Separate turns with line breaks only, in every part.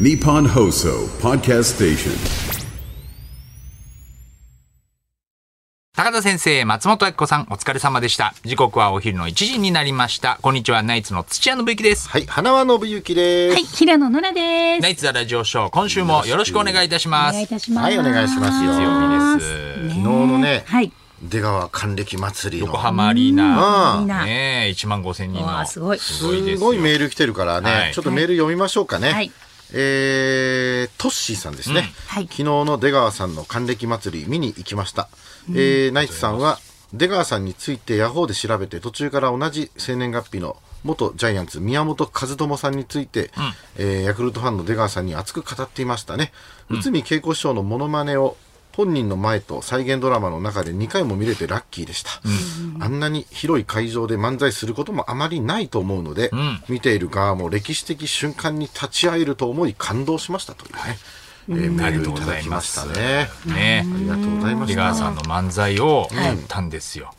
Nippon Hoso Podcast Station.
高田先生、松本明子さん、お疲れ様でした。時刻はお昼の1時になりました。こんにちは、ナイツの土屋信之です。
はい、花輪信之です。
はい、平野ノラです
ナ。イツザラジオショー、今週もよろしくお願いいたし
お
ます。
願いいたします。
はいお願いしますよ
月曜日です。
昨日のね、
はい。
出川還暦祭りの
横浜アリーナ。
みんな。
ねえ、1万5千人
わ
の。
あすごい
すごいですす
ごい
よ。
メール来てるからね、
はい
ちょっとメール読みましょうかね。
はい
えー、トッシーさんですね、
はい
昨日の出川さんの還暦祭り見に行きました、えーナイツさんは出川さんについてヤホーで調べて途中から同じ生年月日の元ジャイアンツ宮本和智さんについて、えーヤクルトファンの出川さんに熱く語っていましたね内海恵子師匠のモノマネを本人の前と再現ドラマの中で2回も見れてラッキーでした、あんなに広い会場で漫才することもあまりないと思うので、見ている側も歴史的瞬間に立ち会えると思い感動しましたというね、えーメ
ありが
ール
とう
い
ご
た
ざ
だ
い
き
ま
ますしたね
ね
ありがとうございま
出
し
川
た
さんの漫才をやったんですよ。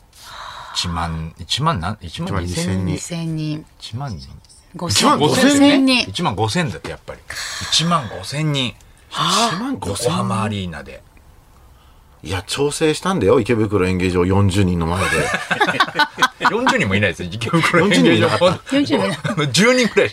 1万、1万何 ?1 万2千人。
2000人、
1万人。
5000
1
人。
万5000人
5000人。
1万5千だって、やっぱり。1万5千人。
1万5
横
千
浜アリーナで。
いや調整したんだよ池袋演芸場40人の前で
40人もいないですよ、池袋
40人いなかった
10人ぐ らい。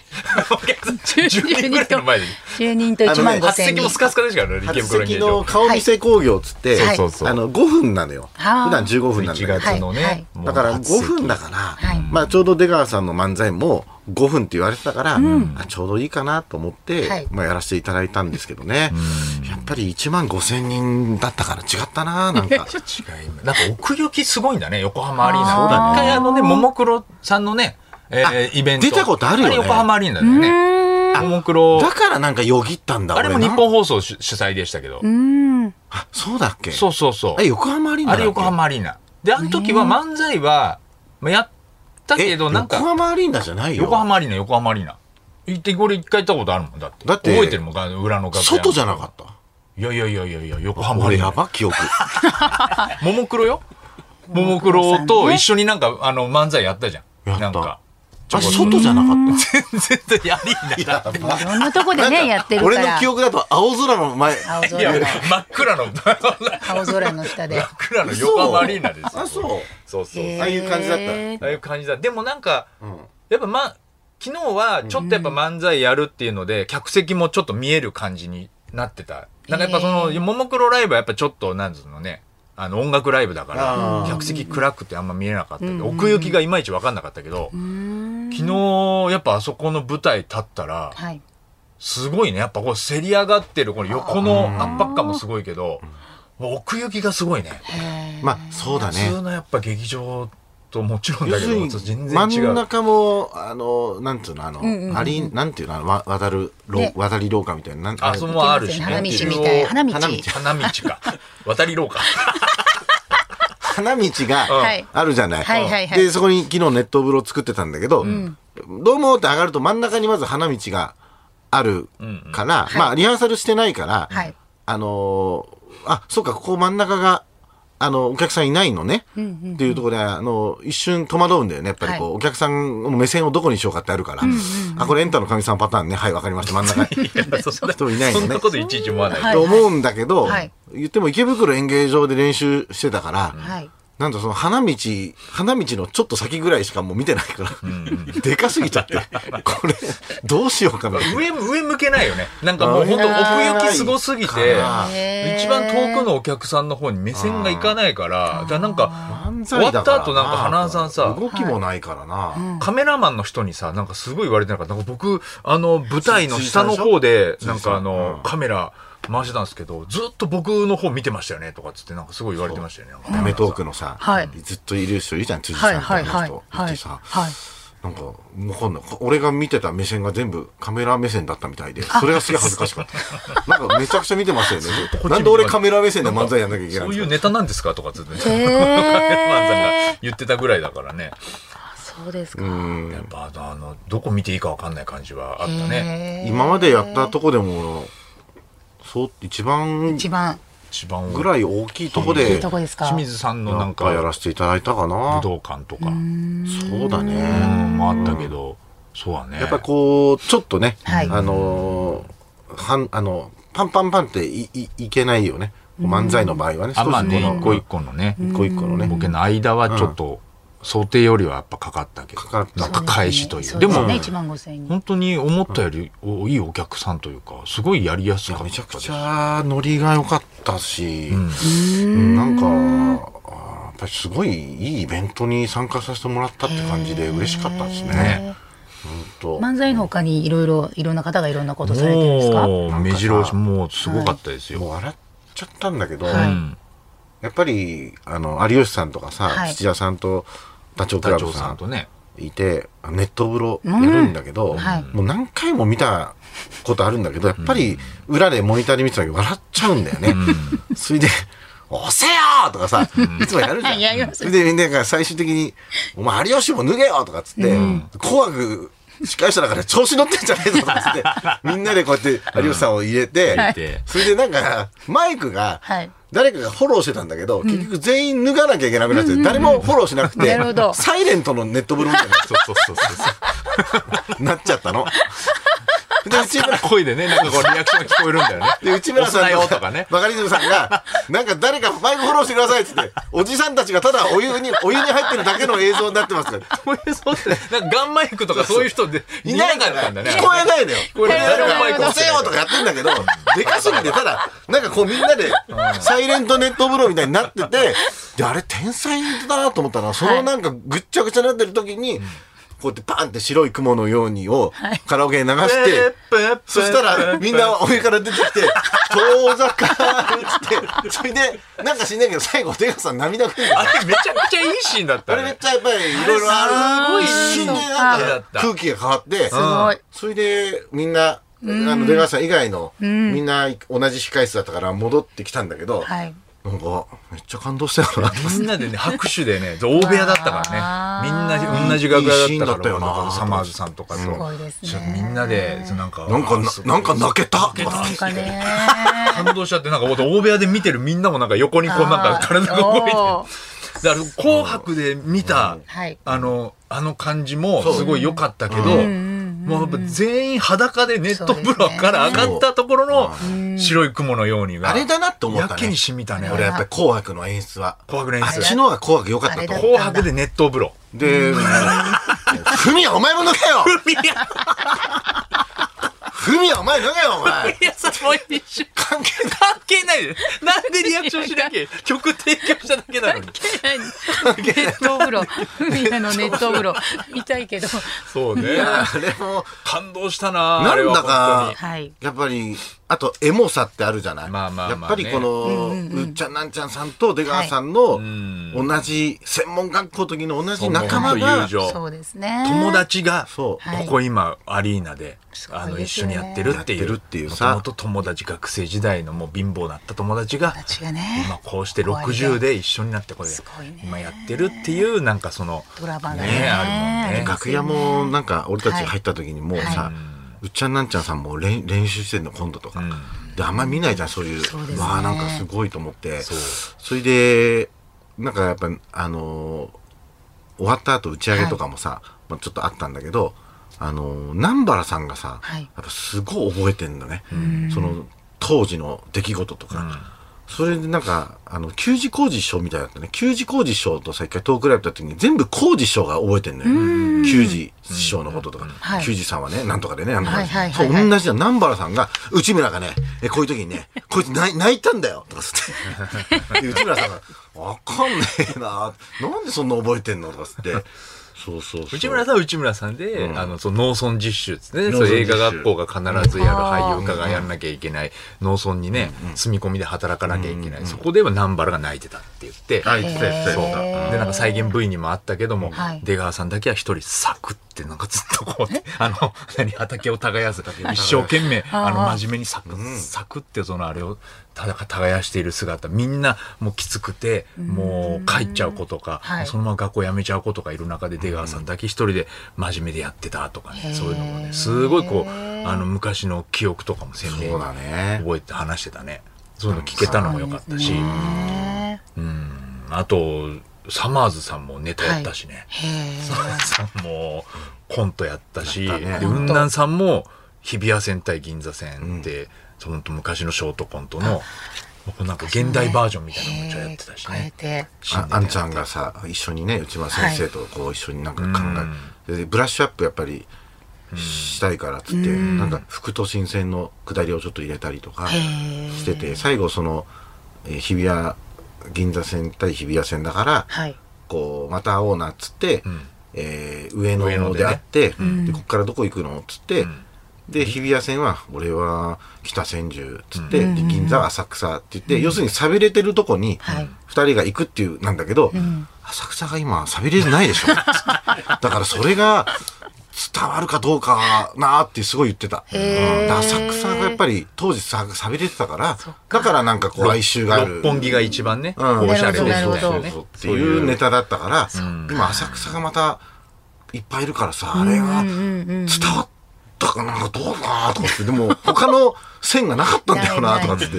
お客さん10人ぐらいの前で。
10人と1万
あのね
8
5000
席もス
人。
カスカですからね、 池
初
袋
席
に。
の顔見せ工業っつって、
はい
そうそうそう
あの5分なのよ普
あー
段15分なんだけ
1
ど
月の
は
ね
い。
もう
だから
初席
5分だから、
い
まあちょうど出川さんの漫才も5分って言われてたから、あちょうどいいかなと思って、
はい
まあやらせていただいたんですけどね、やっぱり1万5千人だったから違ったななん か
違いますなんか奥行きすごいんだね、横浜アリーナ。
そうだね
一回あのね、ももクロさんのね、えーイベント。
出たことあるよね
れ横浜アリーナだよね。ももクロ
だ。からなんかよぎったんだ
あれも
俺
日
な
本放送主主催でしたけど。
あそうだっけ
そうそうそう。
あれ横浜アリーナ
あ
だっけ
れ横浜アリーナ。で、あの時は漫才は、まあやった
え
けど、なんか。
横浜アリーナじゃないよ
横浜アリーナ、横浜アリーナ。行って、俺一回行ったことあるもん、だって。
だって
覚えてるもん、が裏の楽屋。
外じゃなかった
いやいやいやいやいや、横浜アリ
俺
ーナ。
やば 記憶
ももクロ よ。ももクロと一緒になんか、あの、漫才やったじゃん。
やった
なんか。
あれ外じゃなかった
全然アリーナだって。
いろんなとこでね、やってるから。
俺の記憶だと青空の前
青
いや
空の、、
真っ暗の、真っ
青空の下で。
暗の横浜アリーナですよ。
あそう
そうそう。
へー
ああいう感じだった
ああいう感じだ。でもなんか、やっぱま、昨日はちょっとやっぱ漫才やるっていうので、客席もちょっと見える感じになってた。なんかやっぱその、ももクロライブはやっぱちょっと、なんつうのね、あの音楽ライブだから、客席暗くてあんま見えなかったけど、奥行きがいまいちわかんなかったけど、昨日やっぱあそこの舞台立ったら、
はい。
すごいね。やっぱこう、せり上がってる、この横の圧迫感もすごいけど、もう奥行きがすごいね。
まあそうだね
普通のやっぱ劇場ともちろん
要
だ
す
け
る
ど
に
全然違
真ん
う。
中もあのなんつうのあの、ありなんていうのあのわ渡る廊
ね
渡り廊下みたいななん
あ、
れ
そこもあるしね。
花道み
一応
たい。花道。
花道
花道か。渡り廊 下。
花道
はい
があるじゃない、
はいはいはい
でそこに昨日熱湯風呂作ってたんだけど、どうもって上がると真ん中にまず花道があるから、まあリハーサルしてないから、
はい
あのーあそうかここ真ん中があのお客さんいないのね、っていうところであの一瞬戸惑うんだよねやっぱりこう、
は
お客さんの目線をどこにしようかってあるから、あこれエンタの神さんパターンね はいわかりました真ん中に。
そんな
人いないのね
そんなこといちいち思わない。
はい
と思うんだけど、
はい
言っても池袋演芸場で練習してたから、
はい。
なんとその花道、花道のちょっと先ぐらいしかもう見てないから、でかすぎちゃって、これ、どうしようかな。
上、上向けないよね。なんかもう本当奥行きすごすぎて
あ
ー、
一番遠くのお客さんの方に目線がいかないから、だからなんか、
漫
終
才
わ
だ
っ
から
た後なんか花輪さんさ、
動きもないからな。
カメラマンの人にさ、なんかすごい言われてなかった。なんか僕、あの、舞台の下の方で、
つい
なんかあの、
うん
カメラ回してたんですけど、ずっと僕の方見てましたよね、とかっつって、なんかすごい言われてましたよね。
アメトークのさ、
はい
ずっといる人いるじゃん、辻さ
は
ん
い。
とか
はい。
の
はい
人。いて。さ、
はいはい。
なんか、わかんない。俺が見てた目線が全部カメラ目線だったみたいで、それがすげえ恥ずかしかっ た。なんかめちゃくちゃ見てましたよね。なんで俺カメラ目線で漫才やんなきゃいけないん
そう
です
い
か
うネタなんですかとかっつって、
へ
ね、カメラマンさんが言ってたぐらいだからね。
そうですか。
やっぱあの、どこ見ていいかわかんない感じはあったね。
へー
今までやったとこでも、そう、一番
一番
一番
ぐ
い。
らい大きいとこ
い
で
いと、こですか。
清水さんの
な
なんん
かやら
か、
せていただいたか
武。
な
道館とか、
そうだ
う
ね。
ん、もあったけど、そうだね。
やっぱりこう、ちょっとね、
はい
あのーはんあのパンパンパンっていいいけないよね漫才の場合はね
あまあね
少しこの
一個一個のね
一個一個のね
ボケの間はちょっと想定よりはやっぱかかったけど
かかった
なんか返しという
そ
で
です
も
ね、1万5千円に。
本当に思ったよりおいいお客さんというかすごいやりやすかった
め
です
ちゃくちゃノリが良かったし、うんなんかあーやっぱりすごいいいイベントに参加させてもらったって感じで嬉しかったですね。
ね
ほんと
漫才の他にいろいろ、いろんな方がいろんなことされてるんですか
もう目白押しもうすごかったです
もう
よ
笑っちゃったんだけど、
は
う
い
ん
やっぱりあの有吉さんとかさ、
はい
土屋さんとダチョウ倶
ダ
楽
チョウ
部
さ
さ
ん
ん
とね
いてネット風呂やるんだけど、
うんはい
もう何回も見たことあるんだけどやっぱり裏でモニターで見てたけど笑っちゃうんだよね。それで「押せよ!」とかさいつもやるじゃん。
やります
それでみんなが最終的に「お前有吉も脱げよ!」とかっつって「紅白」司会者だから調子乗ってんじゃねえぞとかっつ って、みんなでこうやって有吉さんを入れて、
入れて
それでなんか、マイクが
はい、
誰かがフォローしてたんだけど、結局全員脱がなきゃいけなくなって、誰もフォローしなくて
なるほ、ど
サイレントのネットブローみたいに
そうそうそうそう
なっちゃったの。で、内村、
声でねなんかこうリアクションが聞こえるんだよね
で内村さん
押すなよとか ね
バカリズムさんが、なんか誰かマイクフォローしてくださいってって、おじさんたちがただお湯に、お湯に入ってるだけの映像になってますから。
そういうそうってなんかガンマイクとかそういう人でいなかったんだね
聞こえないのよ。
こえない
誰もマイク
なるほど
押せよとかやってんだけど、でかすぎて、ただ、なんかこうみんなで、サイレントネット風呂みたいになってて、で、あれ天才だなと思ったら、そのなんかぐっちゃぐちゃになってる時に、こうやってパンって白い雲のようにをカラオケに流して、そした らみんなお湯から出てきて、遠ざかーって、それで、なんか知んないけど最後、出川さん涙ぐんでた
あれめちゃくちゃいいシーンだった
あれめっちゃやっぱりいろいろある。
すごい
一瞬で
だ
なん
っ
か
た
空気が変わって、
ごい
それでみんな、あの出川さん以外のみんな同じ控室だったから戻ってきたんだけど、
はい。
なんかめっちゃ感動したよな。
みんなでね、拍手でね、大部屋だったからね。みんな同じ楽屋だったから、
いいシーンだったよな
サマーズさんとかと。
ごいですね
そうみんなで、そうなんか、
なんかな
そう
なんか泣けたとか
なんかね。
感動しちゃって、なんか大部屋で見てるみんなもなんか横に こうなんか体が動いてる。だ
お
か
ー
ら紅白で見た、
はい
あの、あの感じも
そう
すごい良かったけど、もうやっぱ全員裸でネット風
そう
呂
ですね
から上がったところの白い雲のようにが。
あれだなって思っ
や
た
け
ね
に。染みたね、
俺
俺
や
や
っ
っ
ぱ
ぱ
り紅白の演出は。
紅白の
あ
演
っ
出。
ちの方が紅白良かったと
あれ
思う。
紅白で熱湯風呂。
で、ふみやお前も脱げよ
いや、
ふみやお前脱げよお前
いや、さ、もう一緒。
関係ない
関係ないで。なんでリアクションしなきゃ曲提供しただけなのに。
熱湯 風呂。みんなの熱湯風呂。見たいけど。
そうね。
あれも、
感動したな
なんだ
あれは
か
本
はい。
やっぱりあとエモさってあるじゃない、
まあまあまあね
やっぱりこの、うっちゃんなんちゃんさんと出川さんの同じ専門学校の時の同じ
当に
仲間
友
が
情
そうですね。
友達が、
そ
こ
う
はい
こ今、アリーナで、
すごい
あ
ですよ
の、
ね
一緒にやってるっていう。
やってるっていう
も
さ
ともと友達、学生時代のもう貧乏だった友達が、
友達がね
今こうして60で一緒になって、これ
すごいね、
今やってるっていう、なんかその、
ドラマがね
ねあるもんね
楽屋もなんか俺たち入った時にもうさ、
は
うっちゃんなんちゃんさんも練練習してんの今度とか、であんま見ないじゃんそういう
そうですね
わあなんかすごいと思ってそうれでなんかやっぱあのー終わった後打ち上げとかもさ、まあ、ちょっとあったんだけどあのー南原さんがさ、
はい
やっぱすごい覚えてんだね、その当時の出来事とか。それでなんか、あの、給仕工事師匠みたいだったね。給仕工事師匠とさ、一回トークライブやった時に全部工事師匠が覚えてんのよ。給仕師匠のこととか
は。い
給仕さんはね、なんとかでね、あの、
はいはいはい
そう、
はい
同じだ。南原さんが、内村がね、え、こういう時にね、こいつ泣い 泣いたんだよとかつって。で内村さんが、わかんねえな。なんでそんな覚えてんのとかつって。そうそうそう。
内村さんは内村さんで、あの、その農村実習ですね。
農
そ
村
う
実習
映画学校が必ずやる俳優家がやらなきゃいけない農村にね、住み込みで働かなきゃいけない。そこでは南原が泣いてたって言って、
あ、言ってた言ってた
そう。
言ってた。
で、なんか再現 V にもあったけども、
はい
出川さんだけは一人サクって、なんかずっとこう、あの、 何、畑を耕す。一生懸命、あの、真面目にサク、サクってそのあれを、ただ耕している姿、みんなもうきつくて、もう帰っちゃう子とか、
はい
そのまま学校辞めちゃう子とかいる中で出川さんだけ一人で真面目でやってたとかね、そういうのもね、すごいこう、あの、昔の記憶とかも鮮明
そ
に
うだね
覚えて話してたね。そういうの聞けたのも良かったし。
ね
あと、サマーズさんもネタやったしね。
へ え。
サマーズさんもコントやったし、
やったね
で、雲南さんも日比谷線対銀座線で、その昔のショートコントの、僕なんか現代バージョンみたいなのもちょっとやってたしね。
変えて
ああんちゃんがさ一緒にね内村先生とこう一緒になんか考え、でブラッシュアップやっぱりしたいからっつって、なんか副都心線の下りをちょっと入れたりとかしてて最後その、えー日比谷銀座線対日比谷線だから、
はい
こうまた会おうなっつって、えー上
上野
野
でね
で会ってで,、こっからどこ行くのっつって、で日比谷線は俺は北千住っつって、で銀座は浅草って言って、要するに寂れてるとこに
はい
2人が行くっていうなんだけど、浅草が今寂れてないでしょだからそれが伝わるかどうかなーってすごい言ってた、
へー
うんだから浅草がやっぱり当時さ寂れてたから
そっか
だからなんかこう来週がある
六本木が一番ね、
うん
おしゃれで
なるほど
そう
な
だよ
るほ
ね
ど
っていうネタだったから、今浅草がまたいっぱいいるからさ、あれが伝わったかなどうかなとかってでも他の線がなかったんだ よなとかっつって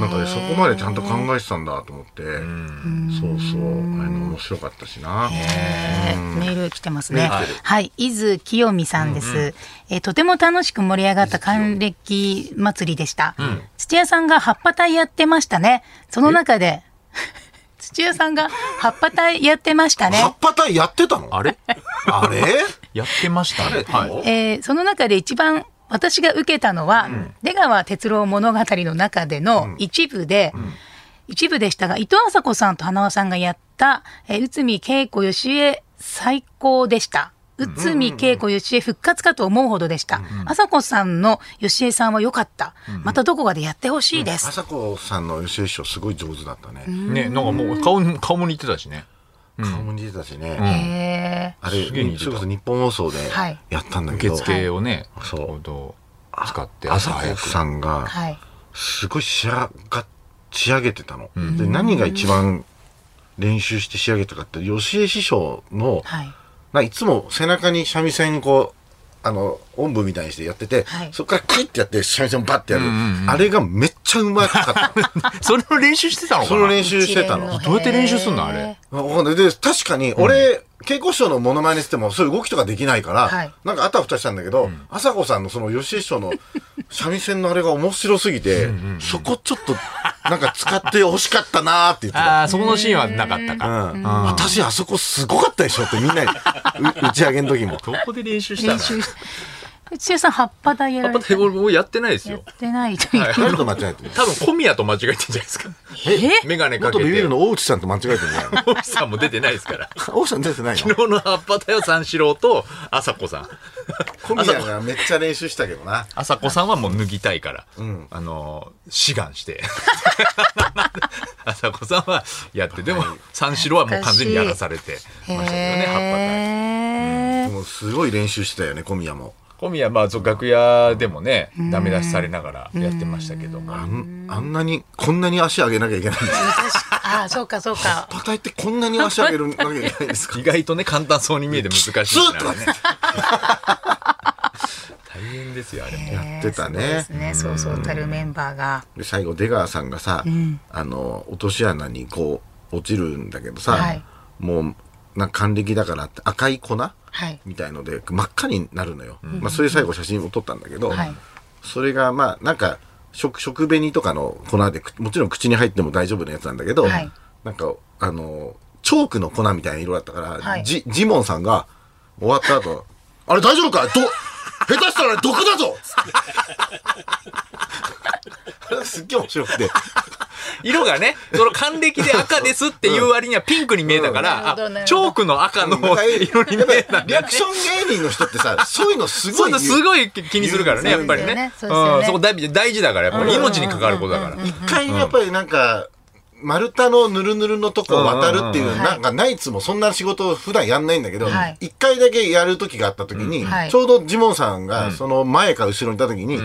なんかねそこまでちゃんと考えてたんだと思って、そうそうあれの面白かったしな、
えーメール来てますね。はい、伊豆清美さんです、えーとても楽しく盛り上がった還暦祭りでした。土屋さんが葉っぱ隊やってましたね。その中で、 土屋さんが葉っぱ隊やってました
葉っ
ね。
ぱ隊やってたのあ
あれ
れ
やってましたね。はい。
えーその中で一番私が受けたのは、出川哲郎物語の中での一部で、一部でしたが、伊藤麻子さんと花輪さんがやった、えー、内海恵子よしえ最高でした。内海恵子よしえ復活かと思うほどでした。麻子さんのよしえさんは良かった。またどこかでやってほしいです。
朝子さんの吉井師匠すごい上手だったね、
ね、なんかもう顔に、顔も似てたしね。
顔も似てたしね、
え
あれ
すげえ似てた
それこそ日本放送で
はい
やったんだ
受
けど、
付をね、
そう
ちょうど使って、
朝
朝早
子
く。
さんが、
ーはい。
すごい仕上が仕上げてたの、で何が一番練習して仕上げたかって吉江師匠の、
はい。
ないつも背中に三味線こうあのおんぶみたいにしてやってて、
はい
そこからクイッてやって三味線をバッてやる、あれがめっちゃうま かっ
それの練習してたの
た
か
そ
な
の練習してたの。
どうやって練習すんのあれ。
ほんでで確かに俺、稽古師匠のモノマネしてもそういう動きとかできないから、
はい
なんかあたふたしたんだけど、朝子さんのその吉井師匠 の三味線のあれが面白すぎて、そこちょっとなんか使ってほしかったなーって言ってた。
ああ、そこのシーンはなかった
う
か。
ん、私あそこすごかったでしょってみんなに う打ち上げの時も。
どこで練習した
練
の
習し土屋さん葉っぱ隊や
や
ら
っ
れ
ぱ
て
手頃もうやってないです
やっ
よ。
てないという。
誰と間違えてる
多分小宮と間違えてんじゃないです か。えメガネかけ
元ビビ
て
る。の大内さんと間違えてるね。
奥さんも出てないですから。
大内さん出てないの
昨日の葉っぱだよ三四郎と朝子さん。
小宮がめっちゃ練習したけどな。
朝子さんはもう脱ぎたいから、あのー志願して 朝子さんはやってでも三四郎はもう完全にやらされてましたけどね葉っぱが
へ
で
ー
もすごい練習してたよね、小宮も。
小宮まあそう楽屋でもねダメ出しされながらやってましたけども
あんあんなに、こんなに足上げなきゃいけないんです
ああ、そうかそうか。
パタイってこんなに足上げるなきゃいけないんですか
意外とね簡単そうに見えて難しいし
ずーっ
な
と
あ
か
れね大変ですよあれも
やってたね
そうですね。そうそうたるメンバーが。
で最後出川さんがさ、あの落とし穴にこう落ちるんだけどさ、
はい
もうなんか還暦だからって赤い粉
はい。
みたいので真っ赤になるのよ、まあ、それで最後写真を撮ったんだけど、
はい
それがまあなんか食食紅とかの粉でくもちろん口に入っても大丈夫なやつなんだけど、
はい
なんかあのチョークの粉みたいな色だったから、
はい
ジジモンさんが終わった後あれ大丈夫かど下手したら毒だぞ!」あれすっげえ面白く て。
色がねその還暦で赤ですっていう割にはピンクに見えたか
うん
ら
なるほどなるほ
あ
ど
チョークの赤の
なんか
色に見えたんだね
リアクション芸人の人ってさ、そういうのす
そ
ご
ういう
い
の
言う。
すごい気にするからね、やっぱりね。
そうですよね
うん、そこ大事大事だから、やっぱり命に関わることだから。
一回やっぱりなんか、丸太のぬるぬるのとこを渡るっていう、
ん
なんかナイツもそんな仕事を普段やんないんだけど、一、
はい
回だけやる時があった時に、
んはい
ちょうどジモンさんがその前か後ろにいた時に、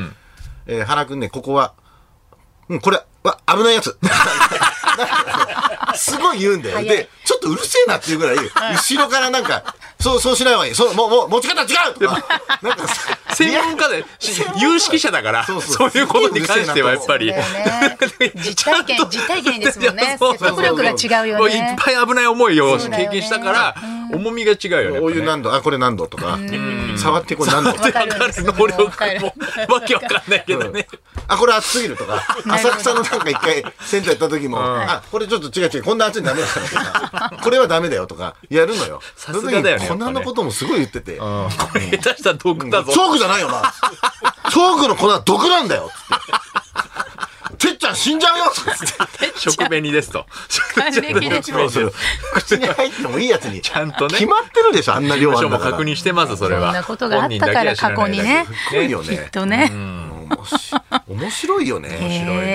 えー原くんね、ここは、うん、これは危ないやつ。 すごい言うんだよ。
早い
で、ちょっとうるせえなっていうぐらい、後ろからなんか、そう、そうしない方がいい。そう、もう、もう、持ち方違うと か、なんかさ、
専門家で、し有識者だから、
そうそ
そう
う
いうことに関してはやっぱり。
そうだよね実体験実体験ですもんね説得力が違うよね
もいっぱい危ない思いを
そう
経
だよね
験したから、重みが違うよね。
お湯
やっ
何度あこれ何度とか触ってこれ何度
わ
ぱ
か
ね
る
わか
んで
る
す
能力もわけわかんないけどね。
あこれ熱すぎる とか浅草のなんか一回銭湯行った時もあこれちょっと違う違うこんな熱いのダメだよと かこれはダメだよとかやるのよ
さすがだよね
その時に粉のこともすごい言ってて
これ下手したら毒
チョ
だぞ。
ークじゃないよなチョークの粉は毒なんだよつっててっちゃん死んじゃ うよつって
食紅ですと。
還暦です
そうそう
口に入ってもいいやつにち
ゃんとね
決まってるでしょあんな量あ
私
んだ
も
から
確認してます、それ
そ
は。
んなことがあったから過去にね
すごいよ
きっ
ね
とね、
面白い面白いよね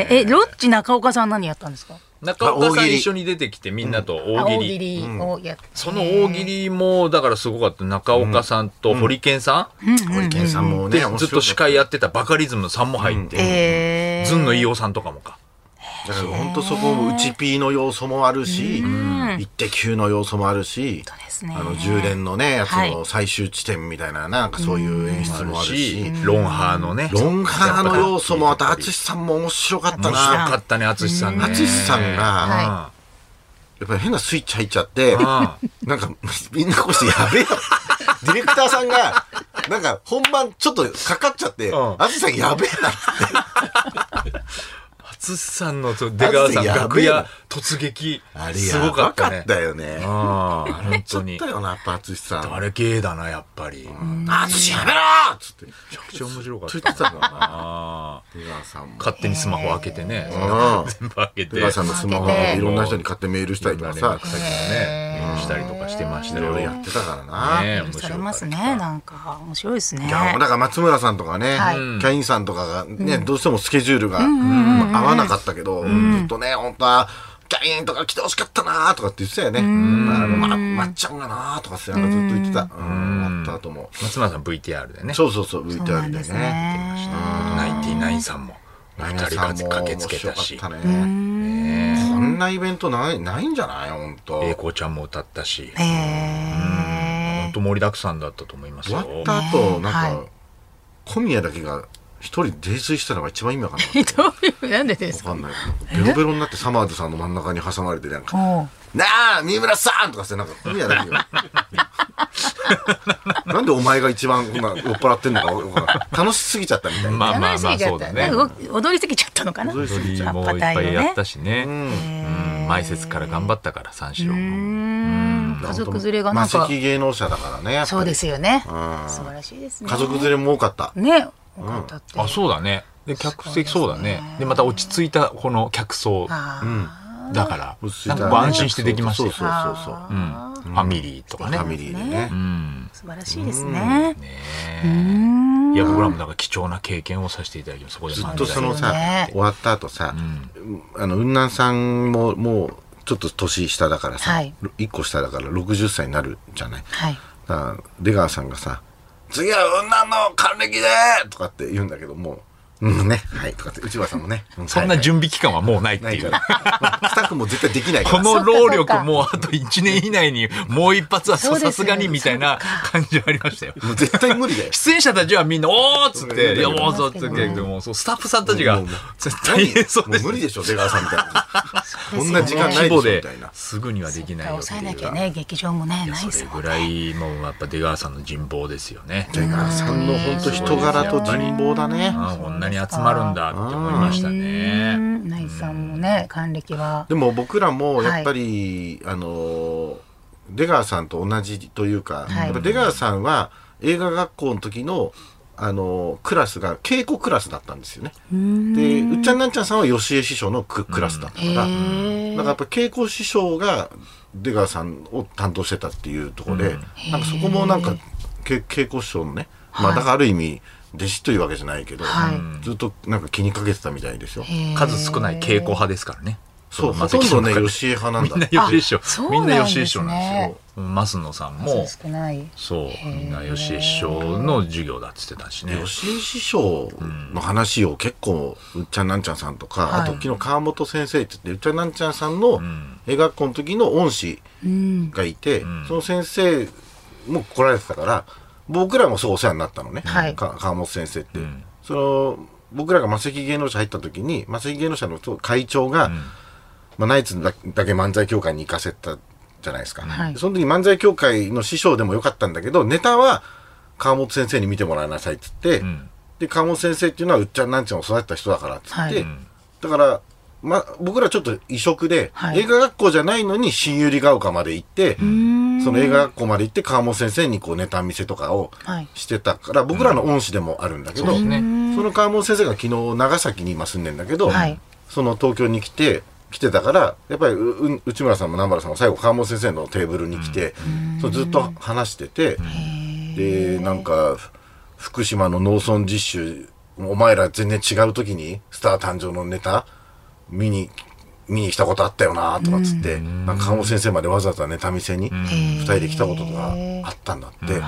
えーえロッチ中岡さん何やったんですか
中岡さ
あ大喜
ん
利
一緒に出てきてみんなと大
あ
喜
大
利
喜。利をやって、
その大喜利も、だからすごかった。中岡さんと堀健さん
森健さんもね
で
面白い
ずっと司会やってたバカリズムさんも入って、
えー
ずんの飯尾さんとかもか。
だから本当そこもうちピーの要素もあるし一滴球の要素もあるし
ですね
あの充電のねやつ
はい
の最終地点みたいななんかそういう演出もあるし
ロンハーのね。
ロンハーの要素もまた
面白
淳さんも面白かったな
かったね、淳さんね。
淳さんが
は
やっぱり変なスイッチ入っちゃって
あ
なんかみんなこうして やべえよディレクターさんがなんか本番ちょっとかかっちゃって
うん
淳さんやべえな
淳さんの出川さん
淳や
楽
べえな
屋突撃
あれ
す
や
ごか
ば
った
かっ
ね。
たよね
ああ、本
ちょ
当
っ
に
と。よなやっぱ淳さん
あれ芸だな、やっぱり。め
あつしやめろーっつって。
ちゃくちゃ面白か
つ
っ
いて
た。
たんだな。
ああ。
出川さんも。
勝手にスマホ開けてね。
うん
全部開けて。
出川さんのスマホ
で
でいろんな人に買ってメールしたりとか
連
さ
絡、先もね、メールしたりとかしてまし
い
た
ろい
よ。
ろやってたからな。
ね
い、許されますねなんか面白いですね
いや、だから松村さんとかね、
はい
キャインさんとかがね、どうしてもスケジュールがまあ合わなかったけど、ずっとね、本当は、キャインとか来てほしかったなーとかって言ってたよね。あのま、まっちゃんがなーとかってなんかずっと言ってた。うん、あった後も。
松村さん VTR でね。
そうそうそう、VTR で
そうなん
ね。
ですね
ナインティナインさんも。二
ナイナ
人
さ
が
んも
駆けつけたし
面白。かったね。こんなイベントないないんじゃない本当。
栄光ちゃんも歌ったし。
え
本当盛りだくさんだったと思います
終
よ。
わった後、なんか、
は
小宮だけが一人泥酔したのが一番意味わかんなかっ
ー、どういうなんでで
た。
すか
わかんない。ベロベロになってサマーズさんの真ん中に挟まれて、なんか、
おう
なあ、三村さんとかして、なんか小宮だけが。 なんでお前が一番こんな酔っ払ってんのかわかんない楽しすぎちゃったみたいな。
まあま
や
あ
りす
ま
ぎ
あ、
ちゃ
そ
っ
う
た
だ
ね
ね。
動き踊りすぎちゃったのかな
踊りすぎちゃっ
もいっぱいやったしね。うん前説から頑張ったから、三四郎
うー
も。
ん家族連れがな
魔
んか
石芸能者だからね。やっぱり
そうですよね素晴らしいですね
家族連れも多かった。
ね多かったって
あ、そうだね。で、客席そうだね。で、また落ち着いたこの客層
あ
だから、
落ち着い
な
た
ん
ね
かこう安心してできました
そう
よ。
そうそうそう。
ー
うんファミリーとか
フ
ね
ァ。ミリーでね。
うん。
素晴らしいですね
ね
うん
えいや、僕らもなんか貴重な経験をさせていただきます。そこで
ずっ
漫
と
才
その
そう
さ、
ね
終わった後さ、あの雲南さんももうちょっと年下だからさ、
はい
1個下だから60歳になるじゃない
はい
だから出川さんがさ「次は雲南の還暦で!」とかって言うんだけどもう「うんねはい」とかって内村さんもね「う
そんな準備期間はもうないって
はい」
い
ないか
う
ら。 スタッフも絶対できないか
こ
ら
の労力もうあと1年以内にもう一発は
そうですよ
さすがにみたいな感じはありましたよ。
もう絶対無 理だよ
出演者たちはみんな、おーっつって、いや、もうそうっつっ
そう
て、
です
でもそう、スタッフさんたちが
もうもう、
絶対
何
にそう
も
で
う
す。
無理でしょ出川さんみたいなこんな時間ない
規
でしょ
模
み
で
たいな、
すぐにはできないよって
抑えないきゃ
う。
ね劇場もねないで
そ
す
れ
もん
ぐらい、もうやっぱ出川さんの人望ですよね。
出川さんの本当人柄と人望だね
ああ、こんなに集まるんだって思いました
う
ね。
んナイツさんもね還暦は
でも僕らもやっぱり、あの出川さんと同じというか、
はい
やっぱ出川さんは映画学校の時のあのクラスが稽古クラスだったんですよね。でうっちゃんなんちゃんさんは吉江師匠のククラスだったから、だからやっぱ稽古師匠が出川さんを担当してたっていうところで、なんかそこもなんかけ稽古師匠のね、まあだからある意味弟子というわけじゃないけど、
はい
ずっとなんか気にかけてたみたいですよ。
数少ない稽古派ですからね。
そう
ま
ほ
さ
と
き
ん
さ
ど
の
ね
中で
吉江派なんだ。
みんな吉江師
あそ
匠。
う
みんな
なんです
吉江
ね
師匠なんですよ。増野さんも、
少ない
そう、みんな吉江師匠の授業だっつってたしね。
吉井師匠の話を結構うっちゃんなんちゃんさんとか、
はい
あと昨日川本先生って言ってうっちゃんなんちゃんさんの映画学校の時の恩師がいて、その先生も来られてたから僕らもそうお世話になったのね、
はい
か川本先生って。その僕らが魔石芸能者入った時に魔石芸能者の会長が、まあ、ナイツだだけ漫才協会に行かせたじゃないですか、
はい
その時漫才協会の師匠でもよかったんだけどネタは川本先生に見てもらいなさいっつって、
ん
で川本先生っていうのはうっちゃんなんちゃんを育てた人だからっつって、
はい
だから、ま、僕らちょっと異色で、
はい
映画学校じゃないのに新百合ヶ丘まで行ってその映画学校まで行って川本先生にこうネタ見せとかを
はい
してたから、僕らの恩師でもあるんだけど、
そうですね
その川本先生が昨日長崎に今住んでんだけど、
はい
その東京に来て来てたからやっぱりうう内村さんも南原さんも最後川本先生のテーブルに来て、そうずっと話してて、でなんかふ福島の農村実習お前ら全然違う時に「スター誕生」のネタ見に見に来たことあったよなとかっつって、なんか川本先生までわざわざネタ見せに2人で来たこととかあったんだって。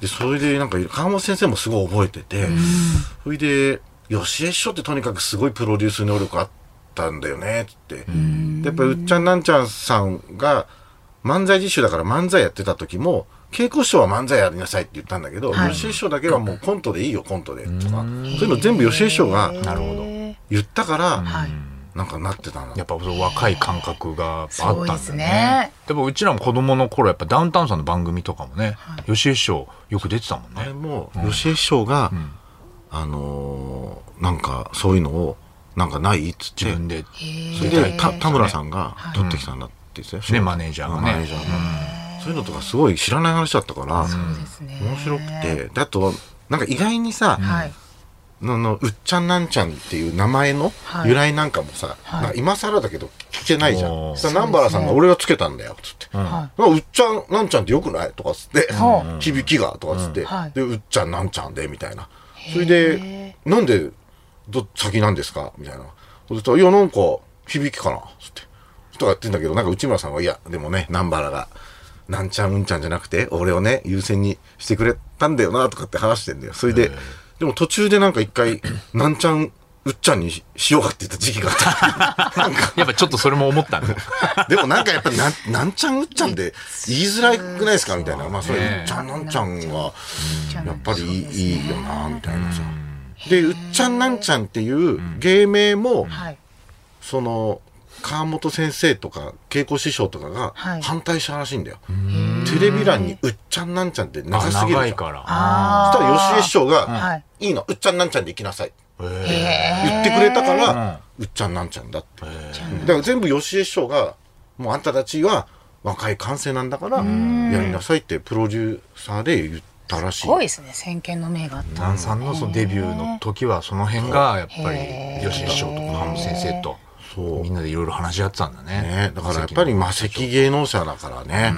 でそれでなんか川本先生もすごい覚えてて、それで吉江師匠ってとにかくすごいプロデュース能力あったんだよねっつって、でやっぱりうっちゃんなんちゃんさんが漫才実習だから漫才やってた時も稽古師匠は漫才やりなさいって言ったんだけど、
はい
吉江師匠だけはもうコントでいいよコントでとか、そういうの全部吉江師匠が言ったから、
はい
なんかなってたんだ
やっぱそう若い感覚がやっぱあったんだ
そうで
よ
す
ね
ね
でもうちらも子供の頃やっぱダウンタウンさんの番組とかもね、吉江師匠よく出てたもん
あれ
ね
も吉江師匠が、あのーなんかそういうのをなんかないっつって
自分で
それでた田村さんが取ってきたんだって言ってたよ
ねマネージャーがね
マネージャーがそういうのとかすごい知らない話だったから
そうですね
面白くてであとなんか意外にさ、
はい
ののうっちゃんなんちゃんっていう名前の
はい
由来なんかもさ、
い
なんか今更だけど聞けないじゃ
おー
ん。さ南原さんが俺がつけたんだよっつって、
は
なんかうっちゃんなんちゃんってよくないとかっつって、
は
響きがとかっつって、
はい
でうっちゃんなんちゃんでみたいなそれでなんでど先なんですかみたいなそれといやなんか響きかなっつってとかやってんだけどなんか内村さんはいやでもね南原がなんちゃんうんちゃんじゃなくて俺をね優先にしてくれたんだよなとかって話してんだよそれででも途中でなんか一回なんちゃんうっちゃんにししようかって言った時期があったなんか
やっぱちょっとそれも思 ったんだ
でもなんかやっぱなん、なんちゃんうっちゃんで言いづらくないですかみたいな。まあそれ、うっちゃんなんちゃんが、やっぱりいい,、いいよな、みたいなさ。で、うっちゃんなんちゃんっていう芸名も、
はい
その、川本先生とか稽古師匠とかが
はい
反対したらしいんだよ。テレビ欄にうっちゃんなんちゃんって長すぎるじゃ
長
ん。
い
そ
か
し
ら
たら吉江師匠
は
が
い、
いいの、うっちゃんなんちゃんで行きなさい。
え
言ってくれたから、うっちゃんなんちゃんだって。だから全部吉江師匠が、もうあんたたちは若い感性なんだから、やりなさいってプロデューサーで言ったらし
す
い。
ごいですね先見の明があった
ダンさんのそのデビューの時はその辺がやっぱり吉江師匠とか浜先生と
そう
みんなでいろいろ話し合ってたんだね
ね、だからやっぱり魔石芸能者だからね。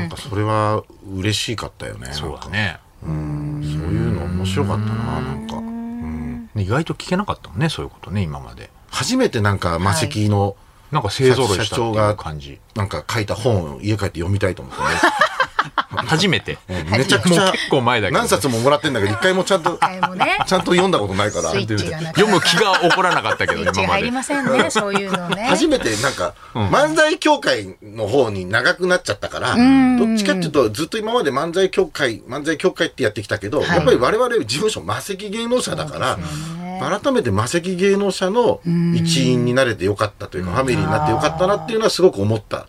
なんかそれは嬉しかったよね。
そうだ
なんか
ね
そういうの面白かったな、なんか。
意外と聞けなかったもんねそういうことね今まで
初めてなんか魔石の、
なんか勢ぞろいし
社
たって
長
い
が
う感じ
なんか書いた本を家帰って読みたいと思ってね。
初め て
めちゃくち
も
ゃ
う結構前だけど
何冊ももらってんだけど一回もちゃんとち
回もね
ゃんと読んだことないから
スイッチがなかなか
読む気が起こらなかったけど
ス イッチ
今
が
ま
入
で
りませんねそういうのね
初めてなんか、漫才協会の方に長くなっちゃったから、どっちかっていうと、ずっと今まで漫才協会、漫才協会ってやってきたけど、やっぱり我々事務所、魔石芸能者だから、改めて魔石芸能者の一員になれてよかったというか、ファミリーになってよかったなっていうのはすごく思った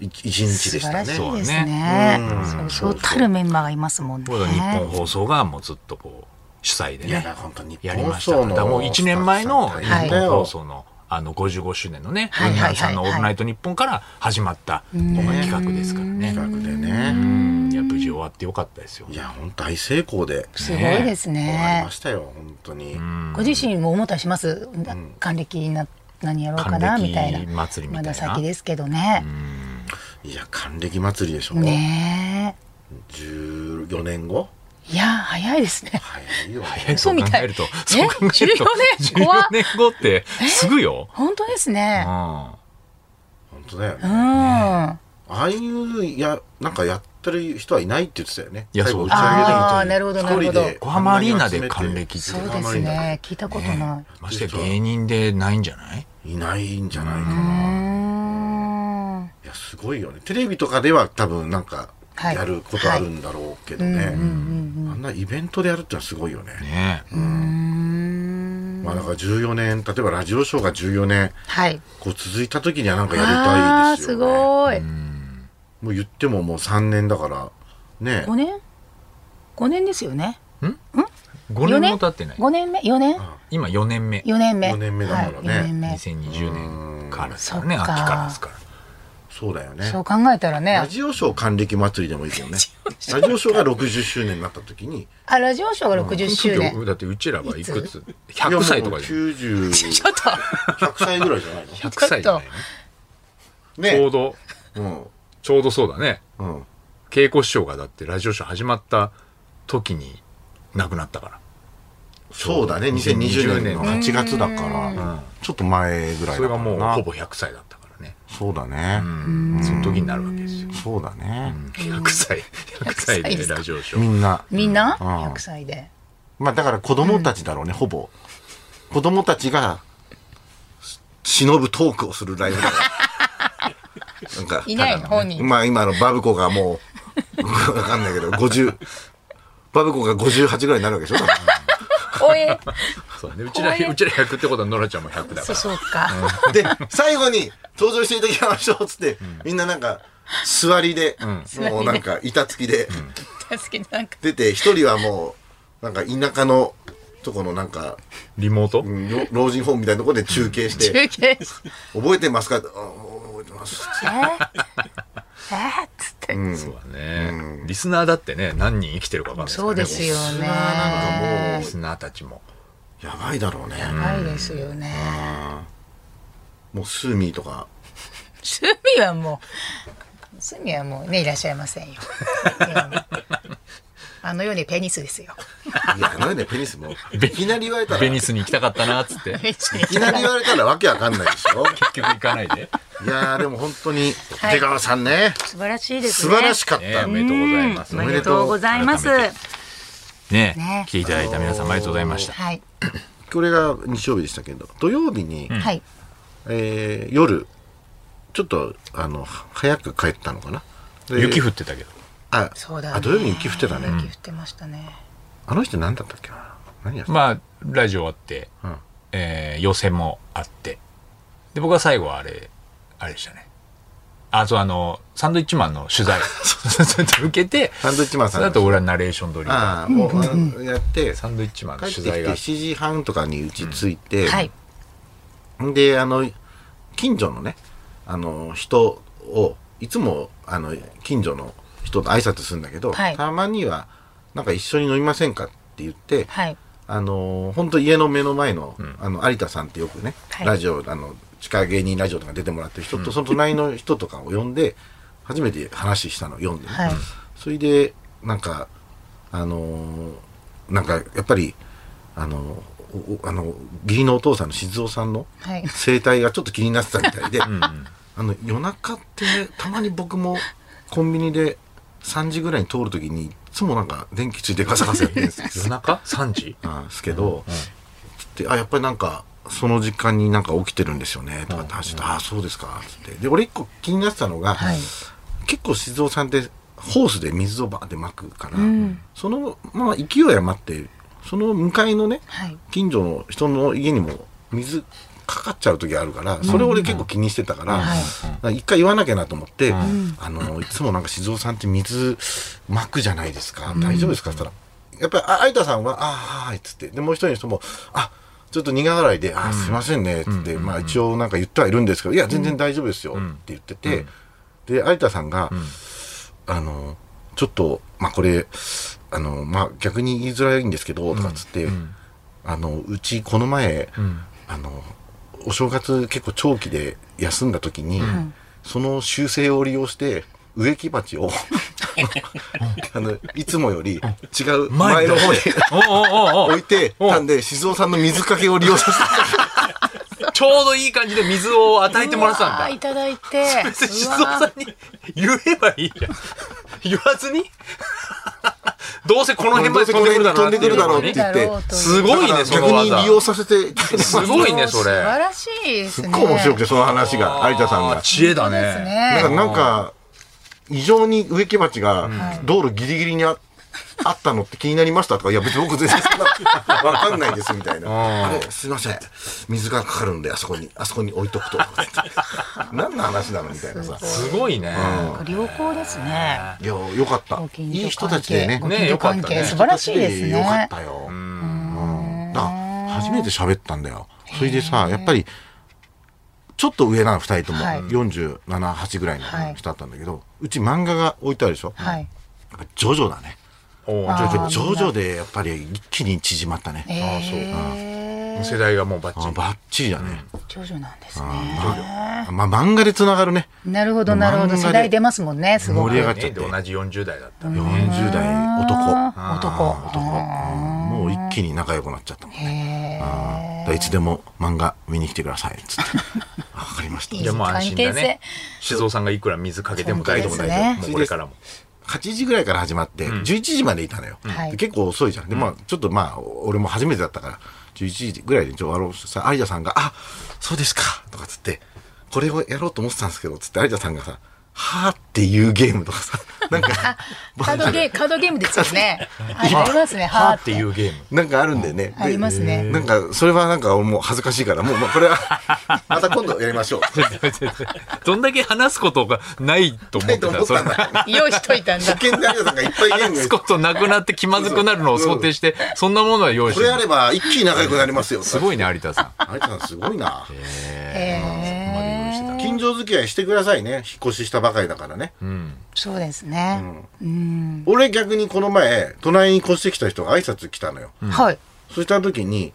一一日
素
でし
晴
た
らしい
ね。
です
そう
ね
うん
そうそうたるメンバーがいますもんね
これが日本放送がもうずっとこう主催で
いやい
ね
や、本当に
やりましたからだからもう1年前の日
はい
本放送のあの55周年のね
はい
ウンナ
は
ン
いはいはい
さんの「オールナイトニッポン」から始まった今回企画ですからね
企画で
う
ね。
んいや無事終わってよかったですよ
いや、本当大成功で。
すごいです
終わり
ね
ましたよ、本当に。
ご自身も思ったりします還暦な何やろうかな
還暦
みたいな
祭りみたいな
まだ先ですけどね
いや、還暦祭りでしょ。
ね
14年後
えいや早いですね
早いよ。
嘘みた
そう考え
い
ると
え
そう考えると
14年怖っ
14年後ってすぐよ
本当です
う
ね
ん
本当だよね。
うん
あ
あ
あいうやなんかやってる人はいないって言ってたよね。
いや
最後
そう
打ち
あー
上げ
なるほどな
一
るほ
人
ど
で
横浜アリーナで還暦って
そ
いうう
ですね聞いたことない
ましてや芸人でないんじゃない
いないんじゃないか
う
な。
ん
いやすごいよね。テレビとかでは多分なんか
はい
やることあるんだろうけどね。あんなイベントでやるってのはすごいよね。
ねえ
まあだから14年例えばラジオショーが14年
はい
こう続いた時にはなんかやり
あ
た
あ
いですよね。
ーすごい
もう言ってももう3年だからね
5年 ?5 年ですよね。
5年も経ってない。
5年目 ?4 年
今4年目。
?4 年目。
四年目だからね
はい、4年目。
2020年からですからね、
そっ
秋
か
からですから。
そうだよね
そう考えたら
ラ
ね、
ジオショー還暦祭りでもいいけど ねラジオショーが60周年になった時に
あ、ラジオショーが60周
その
年。
時だってうちらはいくつ
いやも
?100
う
歳とかじゃん。
90
ちょっと、
100歳ぐらいじゃないの
100歳じゃないのちょう
ね
ど、
うん
ちょうどそうだね。
うん
稽古師匠がだってラジオショー始まった時に亡くなったから。
そうだね2020年の
うん
8月だからちょっと前ぐらい
それが
だからな
もうほぼ100歳だったからね。
そうだね
その時になるわけですよ。
そうだね
100歳、100歳
100歳で
です
か
ラジオショ
み
ー。
んな
みんな
うん
?100 歳で。
まあだから子供たちだろうね、ほぼ。子供たちが、し忍ぶトークをするライブだ から。なんか、
いない
ただの
本人
まあ今のバブコがもう、わ かんないけど、50、バブコが58ぐらいになるわけでしょ多分
おえ、
そうね。うちら、
怖いう
ちら100ってことはノラちゃんも100だか
そう
ら。
そうか。
で、最後に登場していただきましょうっつって、みんななんか、座りで、もうなんか板付きで、
確かになんか、
出て、一人はもう、なんか田舎のとこのなんか、
リモート
うん老老人ホームみたいなところで中継して、
中継し
覚えてますかうん覚えてます。
て、えーっつって。
そうだね。リスナーだってね、何人生きてるかわかんないから
そう
ね
ですよね。
なんか
リ
も
スナーたちも。
う、やばいだろうね。
ないですよね。
もうスーミーとか、
趣味はもう、趣味はもうね、いらっしゃいませんよ。いやもうあのようにペニスですよ。
いや、なんでペニス も、いきなり言われたら、
ベ
い
ニスに行きたかったな、 つって。結
きなり言われたらわけわかんないでしょ。
局行かないで。
いやー、でも本当に、
い
出川さんね、
素晴らしいです
素
ね。
晴らしかった。
ねおめでとうございます。
おめでとうございます。
改めてね
ね
来ていただいた皆さんありがとうございました。
はい。
これが日曜日でしたけど、土曜日に、
はい。
えー夜、ちょっと、あの、早く帰ったのかな。で
雪降ってたけど。
あ、
そうだ、ね。
あ、土曜日に雪降ってたね。
雪降ってましたね。
あの人何だったっけな何やった、
まあ、ラジオ終わって、
うん
えー予選もあって。で、僕は最後はあれ、あれでしたね。あ、そう、あの、サンドイッチマンの取 材受けて、
サンドイッチマン
そ
さん
の
の
後俺はナレーション撮りサ
ああ、もう、あのやって、
ンドイッチマン
帰
の
って
取
きて
材があって。
7時半とかにうち着いて、
はい。
であの近所のねあの人をいつもあの近所の人と挨拶するんだけど、
はい
たまにはなんか一緒に飲みませんかって言って、
はい。
あの本当家の目の前の,、あの有田さんってよくね、
はい
ラジオあの地下芸人ラジオとか出てもらってる人と、その隣の人とかを呼んで初めて話したの読んで、ね
はい
それでなんかあのーなんかやっぱりあのおおあの義理のお父さんの静雄さんの
はい。
生態がちょっと気になってたみたいで、あの夜中ってたまに僕もコンビニで3時ぐらいに通るときにいつもなんか電気ついてガサガサやってるんですよ
夜中 ?3 時
なんですけど、つってあやっぱりなんかその時間になんか起きてるんですよねとかって話して、ああそうですかつってで俺一個気になってたのが、
はい
結構静雄さんってホースで水をバーってまくから、
ん
そのまあ勢い余ってその向かいのね、
はい。
近所の人の家にも水かかっちゃう時あるからそれ俺結構気にしてたから
はい
なんか一回言わなきゃなと思って「あのいつもなんか静雄さんって水まくじゃないですか大丈夫ですか?」って言ったらやっぱりあ相田さんは「ああはい」っつってでもう一人の人も「あちょっと苦笑いで「あすいませんね」っつってまあ一応なんか言ってはいるんですけど「いや全然大丈夫ですよ」って言っててで有田さんが「あのちょっとまあこれあのまあ逆に言いづらいんですけど」とかっつって。あのうちこの前、あのお正月結構長期で休んだ時に、その修正を利用して植木 鉢をあのいつもより違う前の方に
おうおうおうお
置
う
いてたんで静雄さんの水かけを利用させて
ちょうどいい感じで水を与えてもらってたん
うわ
だ
ー。いただいて。
静
う
雄
わ
さ
ー
んに言えばいいじゃん。言わず にどうせこの辺まで飛んでくるだろうな
飛んでくるだろうっ
飛
て
んでくる
言っ
だろ
て
うって言って
すごいね、そ
逆
の
に
技。
利用させて
すごいね、そ
素晴
れ。
らしいですね。
結構面白くてその話が有田さん
あー
が。
知恵だ
そうです
ね。
だから
ね。
なんか異常に植木鉢が道路ギリギリにあ
あったのって気になりましたとか、いや別に僕全然そんなわかんないですみたいな。あれ、すいません。水がかかるんで、あそこに、あそこに置いとく と。何の話なのみたいなさ。
すごいね。
良好ですね。
いや、よかった
ご。近
いい
所
人
関
たちで
係、
ね
ご。近所関係、
ね
素晴らしいです
よかっ
ね。
たよ。
あ初めて喋ったんだよそれでさやっぱりちょっと上なの2人とも、
はい
478ぐらい
はい
の人だったんだけど、うち漫画が置いてあるでしょ、
はい。
やっぱジョジョだね
おう
あー
徐々
ジョジョでやっぱり一気に縮まったね、
え
に世代がもうバッチ
あ
リ。
バッチリだね、
ー、徐々なんですね。
まあ漫画でつながるね
なるほど、なるほど。
漫画で
世代出ますもんね、すご
盛り上
く。
がっちゃっ
ね
て
で同じ40代だったら。
40代男
あー男。
もう一気に仲良くなっちゃったもんね
へー
だからいつでも漫画見に来てくださいっつ ってあわかりました
い
じゃあもう安心だ
関係性
ね。静雄さんがいくら水かけても
本当
大
で
丈夫
す
大
ね
丈夫。もうこれからも。
8時ぐらいから始まって、11時までいたのよ、
はい
で結構遅いじゃんで、まあ、ちょっとまあ俺も初めてだったから11時ぐらいにちょっと終わろうとさ有田さんが「あそうですか」とかつって「これをやろうと思ってたんですけど」つって有田さんがさ「はあ」っていうゲームとかさなん か
カードゲー、カードゲームですよね。ありますね、
は
は
ーっ
ーってて
い
いう。
うゲーム。
なんかあるんだよね。で
ありますね
なんか、それはなんか、もう恥ずかしいから、もう、まあ、これは、 また今度やりましょう。
どんだけ話すことがないと思って
と
た
思った
そ
ん
れ
だ。
用意しとい たんだ
保。険で有田さんがいっぱいゲーム
話すことなくなって気まずくなるのを想定して、そんなものは用意し
こ
て
れあれば、一気に仲良くなりますよ。
すごいね、有田さん。
有田さんすごいな。
へー
近所付き合いしてくださいね。引っ越ししたばかりだからね。
そうですね。
俺逆にこの前、隣に越してきた人が挨拶来たのよ。
はい。
そした時に、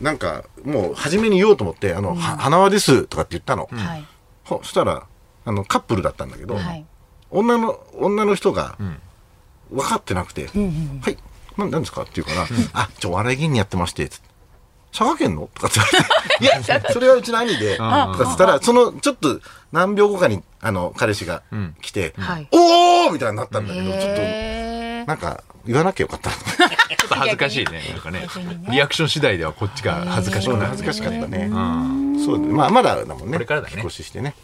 なんか、もう初めに言おうと思って、あの、は花輪ですとかって言ったの。
はい。
ほそしたら、あの、カップルだったんだけど、
はい。
女の、女の人が、分かってなくて、はい、なんなんですかって言うから、あ、ちょ、お笑い芸人やってまして、つって佐賀県のとかって言われて、 いや、それはうちの兄で、とかっつったら、その、ちょっと、何秒後かに、あの、彼氏が来て、
はい
おーみたいになったんだけど、ちょっと、
へー
なんか、言わなきゃよかったなと思って
ちょっと恥ずかしいね。なんかね
逆に。ね
リアクション次第ではこっちが恥ずかしくなる。
恥ずかしかったね。そう、まあ、まだだもんね。
これからだね
引っ越ししてね。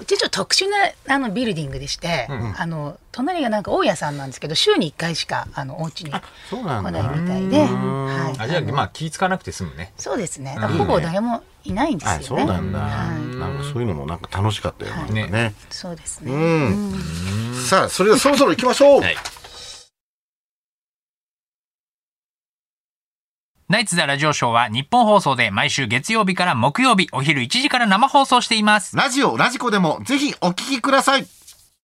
うちちょっと特殊なあのビルディングでして、あの隣がなんか大家さんなんですけど週に1回しかあのお家に来
そうなん
な
だ
いみたいで、はい、
あ、じゃあ、まあ気ぃつかなくて済むね。
そうですねだからほぼ誰もいないんですよ
あ、
ね
そうなんだ。
はい
なんか、そういうのもなんか楽しかったよね。なんかね
そうですね、
さあ、それではそろそろ行きましょう。
はい
ナイツザラジオショーは日本放送で毎週月曜日から木曜日お昼1時から生放送しています。
ラジオ、ラジコでもぜひお聞きください。